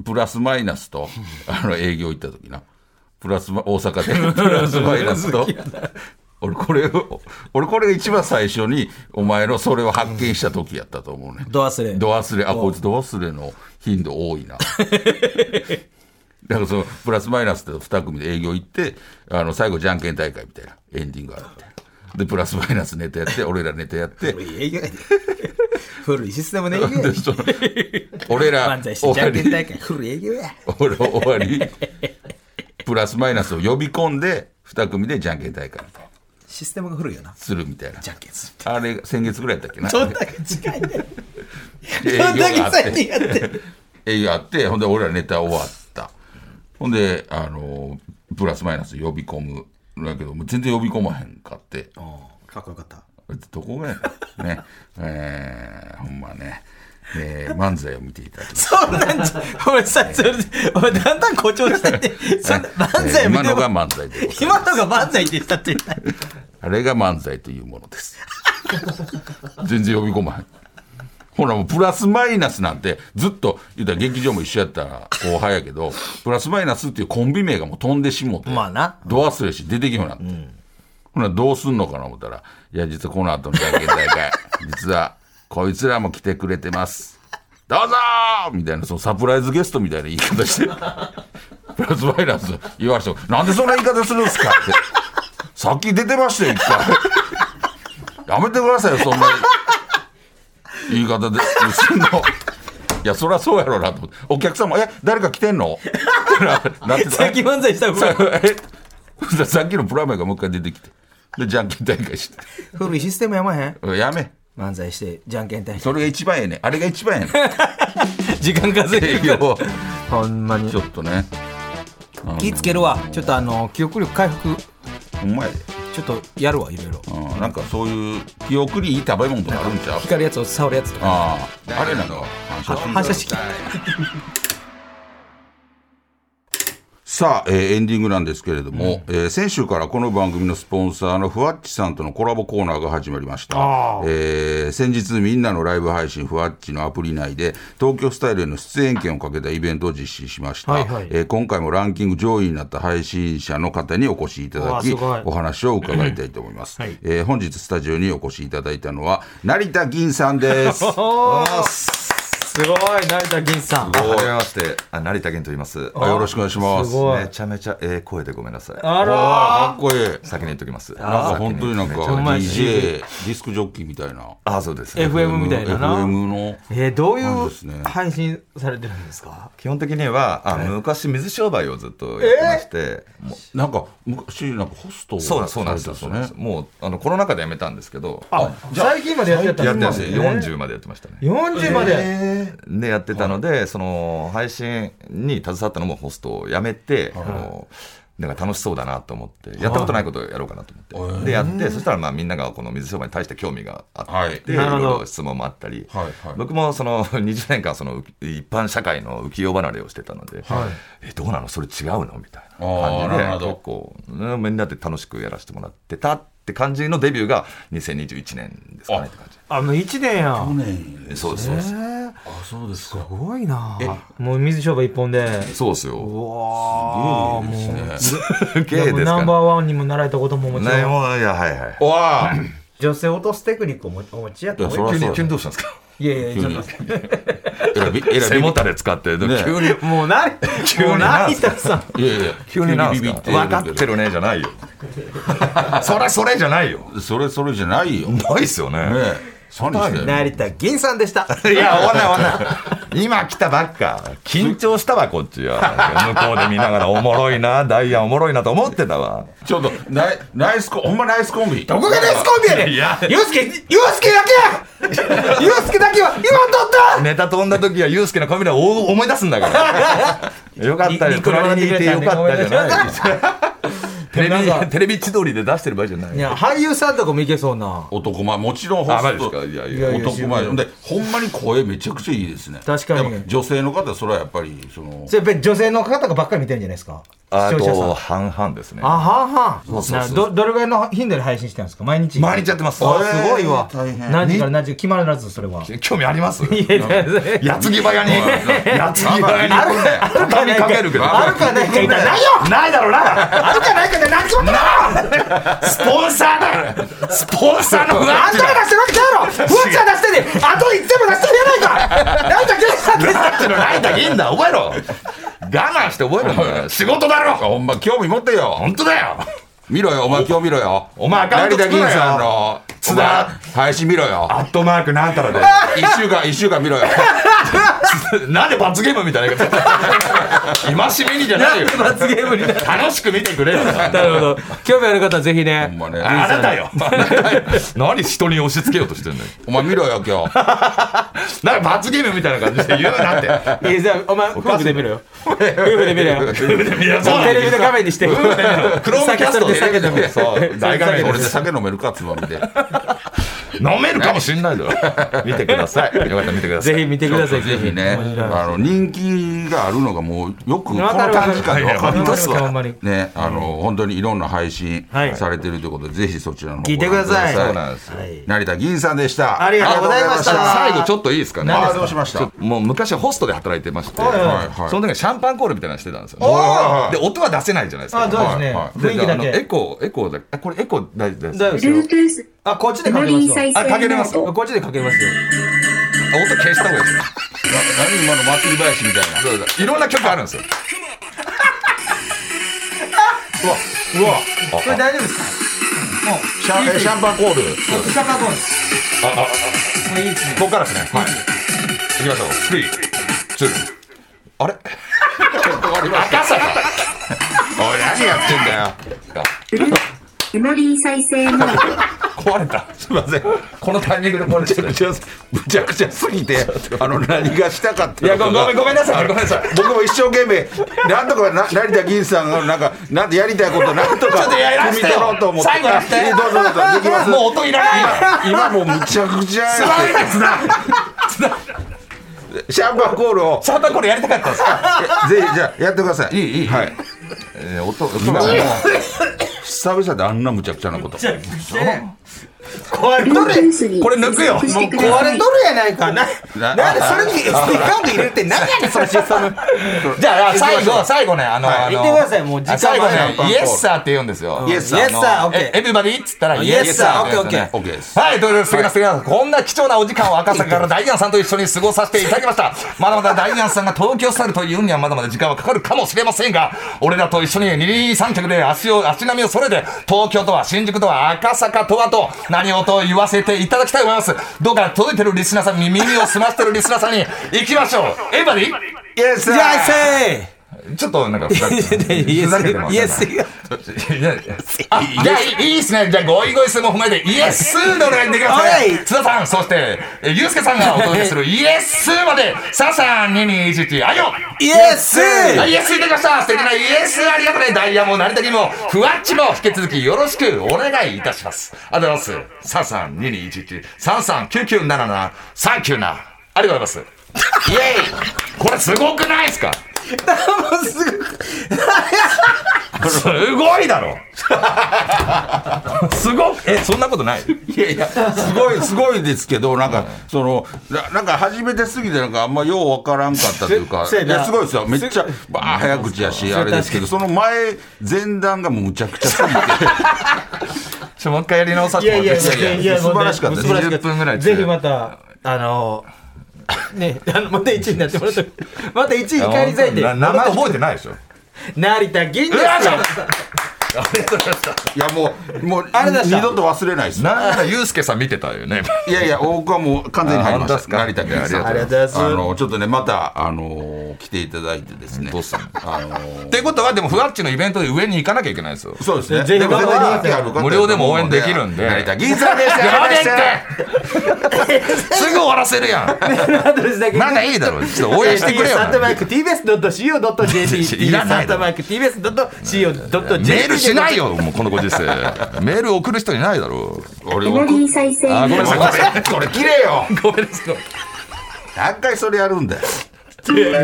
[SPEAKER 3] プラスマイナスと あの営業行った時なプラスマ大阪で プラスマイナスと俺これを俺これが一番最初にお前のそれを発見した時やったと思うね、
[SPEAKER 4] ド忘れ
[SPEAKER 3] ド忘れ、あ、こいつド忘れの頻度多いな。 だからそのプラスマイナスって2組で営業行ってあの最後じゃんけん大会みたいなエンディングあるみたいなでプラスマイナスネタやって俺らネタや って
[SPEAKER 4] 営業やで古いシステムの営業やで
[SPEAKER 3] でその俺ら
[SPEAKER 4] 漫才して
[SPEAKER 3] 終
[SPEAKER 4] じゃ
[SPEAKER 3] わ
[SPEAKER 4] んけん
[SPEAKER 3] り
[SPEAKER 4] 大会古い営業や
[SPEAKER 3] 俺ら終わりプラスマイナスを呼び込んで2組でじゃんけん大会みたいな
[SPEAKER 4] システムが古いよな
[SPEAKER 3] するみたいな
[SPEAKER 4] じゃんけんす る
[SPEAKER 3] あれ先月ぐらいやったっけな
[SPEAKER 4] どんだけ近いねん
[SPEAKER 3] 営
[SPEAKER 4] どんだけ
[SPEAKER 3] 業があって
[SPEAKER 4] 最近やってん
[SPEAKER 3] 映画あってほんで俺らネタ終わったほんであのプラスマイナス呼び込むんだけどもう全然呼び込まへんかって
[SPEAKER 4] かっこよかった
[SPEAKER 3] どこがやねんねえー、ほんまね、えー、漫才を見ていただきます
[SPEAKER 4] そんなんじゃお前さそれお前だんだん誇張してって そんな漫才
[SPEAKER 3] えー
[SPEAKER 4] 見
[SPEAKER 3] 今
[SPEAKER 4] て
[SPEAKER 3] のが
[SPEAKER 4] も
[SPEAKER 3] 漫才でございます
[SPEAKER 4] 今のが漫才でしたって言っ
[SPEAKER 3] あれが漫才というものです。 全然呼び込まへん。ほらもうプラスマイナスなんてずっと言ったら劇場も一緒やった後輩やけどプラスマイナスっていうコンビ名がもう飛んでしもて
[SPEAKER 4] まあな
[SPEAKER 3] ド忘れし出てきようになって、ほなどうすんのかな思ったらいや実はこの後のじゃんけん大会 実はこいつらも来てくれてますどうぞーみたいなそうサプライズゲストみたいな言い方して プラスマイナス言わしてなんでそんな言い方するんですかってさっき出てましたよ一回やめてくださいよそんな言い方でそんないやそりゃそうやろうなと思ってお客様え誰か来てんの?」ってななって
[SPEAKER 4] てさっき漫才した
[SPEAKER 3] さ
[SPEAKER 4] ら
[SPEAKER 3] えそしたらさっきのプラマイがもう一回出てきてでじゃんけん大会して
[SPEAKER 4] 古いシステムやまへ
[SPEAKER 3] 「
[SPEAKER 4] ん
[SPEAKER 3] やめ
[SPEAKER 4] 漫才してじゃんけん大会
[SPEAKER 3] それが一番ええねんあれが一番ええね
[SPEAKER 4] 時間稼い
[SPEAKER 3] ん」営
[SPEAKER 4] でる
[SPEAKER 3] 業を
[SPEAKER 4] ほんまに
[SPEAKER 3] ちょっとね
[SPEAKER 4] 気ぃつけるわちょっとあの記憶力回復
[SPEAKER 3] ほんまやで、
[SPEAKER 4] ちょっとやるわいろいろ
[SPEAKER 3] うん、なんかそういう記憶にいい食べ物とかあるんちゃう
[SPEAKER 4] 光るやつを触るやつとか
[SPEAKER 3] あああれなんか反射神経
[SPEAKER 4] 反射式
[SPEAKER 3] さあ、えーエンディングなんですけれども、えー先週からこの番組のスポンサーのふわっちさんとのコラボコーナーが始まりました、えー先日みんなのライブ配信ふわっちのアプリ内で東京スタイルへの出演権をかけたイベントを実施しました、
[SPEAKER 4] はいはい
[SPEAKER 3] えー今回もランキング上位になった配信者の方にお越しいただき
[SPEAKER 4] わあすごい
[SPEAKER 3] お話を伺いたいと思います、
[SPEAKER 4] はい
[SPEAKER 3] えー本日スタジオにお越しいただいたのは成田銀さんですは
[SPEAKER 4] おーすごい成田銀さん
[SPEAKER 5] あはじめまして、あ成田健と言います。
[SPEAKER 3] いよろしくお願いします
[SPEAKER 4] すごい
[SPEAKER 5] めちゃめちゃええ声でごめんなさい。
[SPEAKER 4] あら
[SPEAKER 3] わあかっこいい
[SPEAKER 5] 先に言っときます。
[SPEAKER 3] なんか本当になんか
[SPEAKER 5] 先
[SPEAKER 4] うまい
[SPEAKER 3] DJ ディスクジョッキーみたいな
[SPEAKER 5] あ、そうです、
[SPEAKER 4] ー FM みたいなな
[SPEAKER 3] FM の
[SPEAKER 4] えー、どうい
[SPEAKER 3] なん
[SPEAKER 4] う
[SPEAKER 3] ですね
[SPEAKER 4] 配信されてるんですか
[SPEAKER 5] 基本的には、あ、昔水商売をずっとやってまして。もう
[SPEAKER 3] なんか昔なんかホストを
[SPEAKER 5] そうなんそうなんですよ。
[SPEAKER 3] さ
[SPEAKER 5] そう
[SPEAKER 3] れ
[SPEAKER 5] なん
[SPEAKER 3] て
[SPEAKER 5] で
[SPEAKER 3] た
[SPEAKER 5] す
[SPEAKER 3] んで
[SPEAKER 5] もう、あのコロナ禍でやめたんですけど。
[SPEAKER 4] あ最近までやってた
[SPEAKER 5] やってます
[SPEAKER 4] ね
[SPEAKER 5] 四十までやってましたね。
[SPEAKER 4] 40まで、
[SPEAKER 5] でやってたので、その配信に携わったのもホストをやめて、あのなんか楽しそうだなと思ってやったことないことをやろうかなと思って、でやってそしたらまあみんながこの水商売に対して興味があって、
[SPEAKER 3] はい
[SPEAKER 5] でい
[SPEAKER 4] なるほ
[SPEAKER 5] ろ
[SPEAKER 4] ど
[SPEAKER 5] いろ質問もあったり、
[SPEAKER 3] はいはい
[SPEAKER 5] 僕もその 20年間その一般社会の浮世離れをしてたので、えどうなのそれ違うのみたい
[SPEAKER 3] あーなるほど
[SPEAKER 5] な感じで結構うんみんなで楽しくやらせてもらってたって感じのデビューが2021年ですかねって感じ。
[SPEAKER 4] あもう1年や
[SPEAKER 3] 去年です
[SPEAKER 5] そうですそうです
[SPEAKER 3] あそうですか
[SPEAKER 4] すごいなもう水商売一本で
[SPEAKER 5] そうです よ。
[SPEAKER 4] うわあもう
[SPEAKER 3] いい ですね
[SPEAKER 5] すげえです
[SPEAKER 4] ナ
[SPEAKER 5] か
[SPEAKER 4] ン
[SPEAKER 5] ら
[SPEAKER 4] バーワンにも習えたことももち
[SPEAKER 5] ね、
[SPEAKER 4] ろん
[SPEAKER 5] もういや、はいはい。
[SPEAKER 3] わあ
[SPEAKER 4] 女性落とすテクニックをもお持ちやった
[SPEAKER 3] いやそら
[SPEAKER 5] 急
[SPEAKER 3] そう
[SPEAKER 5] に、急にどうしたん ですか
[SPEAKER 4] いやいやちょっと待って
[SPEAKER 3] えらびえら
[SPEAKER 5] 背
[SPEAKER 3] び
[SPEAKER 5] もたれ使って、急に
[SPEAKER 3] ね、
[SPEAKER 4] もうな
[SPEAKER 5] 急に
[SPEAKER 4] もう
[SPEAKER 5] なん
[SPEAKER 4] 成
[SPEAKER 5] すか
[SPEAKER 4] 田さん
[SPEAKER 3] いやいや
[SPEAKER 5] 急になんすか分かってるね、じゃ ないよ。それそれじゃないよ。
[SPEAKER 3] それそれじゃないよね
[SPEAKER 5] ないっすよね。
[SPEAKER 3] え何してんの
[SPEAKER 4] 成田銀さんで した
[SPEAKER 5] いや、終わんない終わん ない。今来たばっか。緊張したわ、こっちは。向こうで見ながら、おもろいな、ダイヤおもろいなと思ってたわ。
[SPEAKER 3] ちょっとナイナイスコほんまナイスコンビ
[SPEAKER 4] どこがナイスコンビやねん
[SPEAKER 5] いや
[SPEAKER 4] ユウスケユウスケだ けやユウスケだけは今取った
[SPEAKER 5] ネタ飛んだ時は、ユうスケの髪の毛を思い出すんだ から。よかったよ。
[SPEAKER 4] ニコラ
[SPEAKER 5] 車にいてよかったじゃない。テレ
[SPEAKER 4] なんか
[SPEAKER 5] ビ、テレビ千鳥で出してる場合じゃな い
[SPEAKER 4] い。や俳優さんとかもいけそうな
[SPEAKER 3] 男前もちろんホ
[SPEAKER 5] あマ
[SPEAKER 3] ス
[SPEAKER 5] ジです
[SPEAKER 3] ト
[SPEAKER 5] かいやいや
[SPEAKER 4] いやいや
[SPEAKER 3] 男前でほんまに声めちゃくちゃいいですね
[SPEAKER 4] 確かに
[SPEAKER 3] やっぱ女性の方それはやっぱりその
[SPEAKER 4] それやっぱり女性の方がばっかり見てるんじゃないですか
[SPEAKER 5] あ
[SPEAKER 4] 視聴者さん
[SPEAKER 5] と、半々ですね。
[SPEAKER 4] あはんはん
[SPEAKER 5] そうそうそう
[SPEAKER 4] などどれぐらいの頻度で配信してるんですか毎日
[SPEAKER 5] 毎日やってます
[SPEAKER 4] あすごいわ
[SPEAKER 3] えー大変
[SPEAKER 4] 何時から何時決まらずそれは
[SPEAKER 5] 興味あります
[SPEAKER 4] やいやいや
[SPEAKER 5] 矢継ぎ早に矢継ぎ早に
[SPEAKER 3] ある
[SPEAKER 5] 畳みかけるけど
[SPEAKER 4] あるかないか言ったらないよ
[SPEAKER 5] ないだろうな
[SPEAKER 4] あるかないかで何しようと
[SPEAKER 5] スポンサーだスポンサーの不
[SPEAKER 4] あん
[SPEAKER 5] 安
[SPEAKER 4] たが出してるわけちゃうやろふわちゃん出してねあと1点も出してるやないかなんだけさんで
[SPEAKER 5] だってのないだけいいんだ覚えろ我慢して覚えろ んだよ仕事だろ
[SPEAKER 3] ほんま興味持ってよ
[SPEAKER 5] 本当だよ
[SPEAKER 3] 見ろよお前今日見ろよ
[SPEAKER 5] お前アカウント
[SPEAKER 3] 成田
[SPEAKER 5] 作れよ
[SPEAKER 3] 銀さんの
[SPEAKER 5] 津田
[SPEAKER 3] お前配信見ろよ
[SPEAKER 5] アットマークなんたらで
[SPEAKER 3] 一週間一週間見 ろよ
[SPEAKER 5] なんで罰ゲームみたいな言い方 戒めにじゃないよ
[SPEAKER 4] 罰ゲームにな
[SPEAKER 5] 楽しく見てくれ よ
[SPEAKER 4] るほど興味ある方はぜひ
[SPEAKER 3] ほ
[SPEAKER 4] ね
[SPEAKER 3] んまね
[SPEAKER 5] あな たよ何人に押し付けようとしてんのよ
[SPEAKER 3] お前見ろよ今日
[SPEAKER 5] なんか罰ゲームみたいな感じで言うなって
[SPEAKER 4] えじゃあお前夫婦で見ろよ夫婦で見ろよ
[SPEAKER 5] いやそうなんだ
[SPEAKER 4] テ
[SPEAKER 5] よ
[SPEAKER 4] レビの画面にして
[SPEAKER 5] クロームキャスト
[SPEAKER 4] 避けといて
[SPEAKER 5] そう
[SPEAKER 4] 避けといて
[SPEAKER 5] 大画面
[SPEAKER 3] 俺
[SPEAKER 5] こ
[SPEAKER 3] で
[SPEAKER 5] れで
[SPEAKER 3] 酒飲めるかつまみで
[SPEAKER 5] 飲めるかもしんな いだろ見てくださいよかったら見てください
[SPEAKER 4] ぜひ見てください
[SPEAKER 3] ぜひね
[SPEAKER 4] 面白い
[SPEAKER 3] あの人気があるのがもうよくこの
[SPEAKER 4] わかる
[SPEAKER 3] 短時間で分か
[SPEAKER 4] わ
[SPEAKER 3] り
[SPEAKER 4] かり
[SPEAKER 3] ま
[SPEAKER 4] ますす
[SPEAKER 3] わ
[SPEAKER 4] わほんまに
[SPEAKER 3] ねあの本当にいろんな配信
[SPEAKER 4] はい
[SPEAKER 3] されてるということでぜひそちらの方
[SPEAKER 4] 聞いてください
[SPEAKER 3] ご覧
[SPEAKER 5] そう
[SPEAKER 3] く
[SPEAKER 5] なんですよ
[SPEAKER 3] 成田銀さんでした
[SPEAKER 4] ありがとうございま
[SPEAKER 3] ありが
[SPEAKER 4] した
[SPEAKER 3] とうござい
[SPEAKER 5] 最後ちょっといいですかね
[SPEAKER 3] あーどうしました
[SPEAKER 5] ちょっともう昔ホストで働いてまして
[SPEAKER 4] いはい
[SPEAKER 3] はい
[SPEAKER 5] その時はシャンパンコールみたいなのしてたんですよ
[SPEAKER 3] おー
[SPEAKER 5] で音は出せないじゃないですか
[SPEAKER 4] あそうですね
[SPEAKER 5] はいはい
[SPEAKER 4] 雰囲気だけ
[SPEAKER 5] であのエコーエコーだあこれエコー大事です
[SPEAKER 4] 大丈夫ですよ
[SPEAKER 6] Bluetooth
[SPEAKER 4] あこっちで
[SPEAKER 6] メ
[SPEAKER 4] か
[SPEAKER 6] モ
[SPEAKER 4] けま
[SPEAKER 6] リー
[SPEAKER 4] すよ
[SPEAKER 6] 再生
[SPEAKER 5] あかけれます
[SPEAKER 4] あこっちでかけますよ
[SPEAKER 5] あ音消した方がいいです
[SPEAKER 3] 何今の祭り林みたいな
[SPEAKER 5] そうそういろんな曲あるんですよ
[SPEAKER 3] うわ
[SPEAKER 4] これ大丈夫ですか
[SPEAKER 3] シャンシャンパンコール
[SPEAKER 4] シャンパンコールもういいですね
[SPEAKER 5] ここからですねはい行きましょうスリーツーあれ赤
[SPEAKER 3] お
[SPEAKER 5] 坂
[SPEAKER 3] い何やってんだよ
[SPEAKER 6] メモリー再生モード
[SPEAKER 5] 壊れたすいませんこのタイミングで壊れてた
[SPEAKER 3] むちゃくちゃむちゃくちゃすぎてあの何がしたかったの
[SPEAKER 5] いや
[SPEAKER 3] かが
[SPEAKER 5] ごめんごめんなさいごめんなさい
[SPEAKER 3] 僕も一生懸命なんとかな成田銀さんがなんかなんてやりたいことなんとか
[SPEAKER 5] ちょっとやら
[SPEAKER 3] 汲み
[SPEAKER 5] せて
[SPEAKER 3] 取
[SPEAKER 5] よ
[SPEAKER 3] ろうと思って
[SPEAKER 5] 最後やって
[SPEAKER 3] えどうぞどうぞできます
[SPEAKER 5] もう音いらない
[SPEAKER 3] 今もうむちゃくちゃ
[SPEAKER 5] つまみですな
[SPEAKER 3] シャンパンコールを
[SPEAKER 5] シャンパンコールやりたかったんですか
[SPEAKER 3] ぜひじゃあやってください
[SPEAKER 5] いいいい
[SPEAKER 3] はいえー、おと、おとらも、久々であんなむちゃくちゃなこと。
[SPEAKER 4] 壊れとるやこれ抜くよもう壊れとるやないかな
[SPEAKER 3] な
[SPEAKER 4] なんでそれに SD カード入れるって何やねんそのシステム
[SPEAKER 5] じゃあ、最後、最後ね、あの、
[SPEAKER 4] はい
[SPEAKER 5] あの
[SPEAKER 4] 言ってくださいもう時間
[SPEAKER 5] 最後
[SPEAKER 4] 前のパンコー
[SPEAKER 5] ね、
[SPEAKER 4] ル
[SPEAKER 5] イエスサーって言うんですよ。
[SPEAKER 4] ん Yes sir
[SPEAKER 5] あ
[SPEAKER 4] Yes sir
[SPEAKER 5] の
[SPEAKER 4] OK
[SPEAKER 5] えエビバディっつったら、
[SPEAKER 4] Yes
[SPEAKER 5] イエス
[SPEAKER 4] sir
[SPEAKER 5] サー
[SPEAKER 4] OK OK
[SPEAKER 3] オッケーです。
[SPEAKER 5] はい、ということで、素敵な素敵な、こんな貴重なお時間を赤坂のダイアンさんと一緒に過ごさせていただきました。まだまだダイアンさんが東京スタイルというにはまだまだ時間はかかるかもしれませんが、俺らと一緒に二輪三脚で足を、足並みを揃えて、東京とは新宿とは赤坂とはと何をと言わせていただきたいと思います。どうか届いてるリスナーさんに、耳を澄ましてるリスナーさんに行きましょう。エビバディ
[SPEAKER 4] イエスイエ
[SPEAKER 5] ちょっとなんかふざけて
[SPEAKER 4] スイエ
[SPEAKER 5] ふざけてます
[SPEAKER 4] イエス
[SPEAKER 5] いやいやあじゃあいいですね。じゃあ、ゴイゴイスーも踏まえて、イエススーでお願いできます
[SPEAKER 4] はい
[SPEAKER 5] ね。津田さん、そして、えゆうすけさんがお届けするイエススーまで、さあさあ、2、2、1、1、あよ
[SPEAKER 4] イエス
[SPEAKER 5] はいイエスいただきました素敵なイエスありがとうね。ダイヤも成田にも、ふわっちも引き続きよろしくお願いいたします。ありがとうございます。さあさあ、2、2、1、1、3、3、9、9、7、7、3、9、7。ありがとうございます。イエーイこれすごくないですか すごいだろすごえそんなことない
[SPEAKER 3] いやいや、すごい、すごいですけど、なんか、その、ななんか初めてすぎて、なんかあんまようわからんかったというか、
[SPEAKER 7] せせや
[SPEAKER 3] い
[SPEAKER 7] な
[SPEAKER 3] や、すごいですよ。めっちゃ、ばあ早口やし、あれですけど、その前、前段がもうむちゃくちゃすぎて、
[SPEAKER 5] ちょもう一回やり直させ
[SPEAKER 4] い
[SPEAKER 5] ても
[SPEAKER 4] や
[SPEAKER 5] らっ
[SPEAKER 4] い
[SPEAKER 5] てい
[SPEAKER 4] や
[SPEAKER 5] いですか
[SPEAKER 4] いや
[SPEAKER 3] 素晴らしかったです
[SPEAKER 4] 素晴らしか
[SPEAKER 5] 20分ぐらい
[SPEAKER 4] ぜひまたあのねあのまた1位になってもらってまた1位に帰り咲いて
[SPEAKER 5] な名前覚えてないでしょ
[SPEAKER 4] 成田銀です
[SPEAKER 3] いや、もう、もう、
[SPEAKER 4] あれだした
[SPEAKER 3] 二度と忘れないです。
[SPEAKER 5] なんならユうスケさん見てたよね
[SPEAKER 3] いやい や、僕はもう完全に入りま
[SPEAKER 5] あ本当です
[SPEAKER 3] し
[SPEAKER 5] か
[SPEAKER 3] た。成田君、ありがとうございます。
[SPEAKER 4] ありがとうございます
[SPEAKER 3] あの、ちょっとね、また、あの、来ていただいてですね。
[SPEAKER 5] どうすんの
[SPEAKER 3] あの
[SPEAKER 5] っ、てことはでもフワッチのイベントで上に行かなきゃいけないですよ
[SPEAKER 3] そうですね。
[SPEAKER 4] ぜひ
[SPEAKER 3] でも絶対人気ある方
[SPEAKER 5] 無料でも応援できるんで
[SPEAKER 3] 成田銀 さんでした。
[SPEAKER 5] やめて
[SPEAKER 3] ありがとうございました
[SPEAKER 5] ってすぐ終わらせるや んなんかいいだろちょっと応援してくれよ
[SPEAKER 4] サントマイク TBS.CO.JP
[SPEAKER 5] いらないだ
[SPEAKER 4] サント
[SPEAKER 5] ろ
[SPEAKER 4] マイク TBS.CO.JP
[SPEAKER 5] メールしないよもうこのご時世メール送る人いないだろ
[SPEAKER 3] 俺
[SPEAKER 8] エ
[SPEAKER 3] は
[SPEAKER 8] ネルギー再生
[SPEAKER 5] あ
[SPEAKER 8] エ
[SPEAKER 5] ごめん なさいごめんなさい
[SPEAKER 3] これ切れよごめんなさい何回それやるんだよ
[SPEAKER 5] ごめんな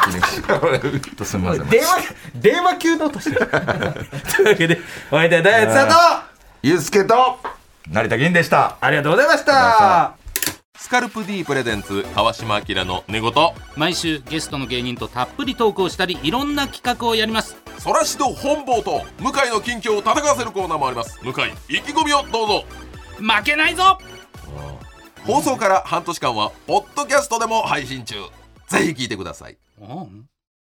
[SPEAKER 5] さい気にし ちょっとすみません
[SPEAKER 4] 電話電話級の音してるというわけでお相手は大悦さんと
[SPEAKER 3] ゆうすけと
[SPEAKER 5] 成田銀でした
[SPEAKER 4] ありがとうございました
[SPEAKER 9] スカルプ D プレゼンツ川島明の寝言
[SPEAKER 10] 毎週ゲストの芸人とたっぷりトークをしたりいろんな企画をやります
[SPEAKER 9] そらしど本坊と向井の近況を戦わせるコーナーもあります向井意気込みをどうぞ
[SPEAKER 10] 負けないぞ
[SPEAKER 9] 放送から半年間はポッドキャストでも配信中ぜひ聞いてください
[SPEAKER 10] うん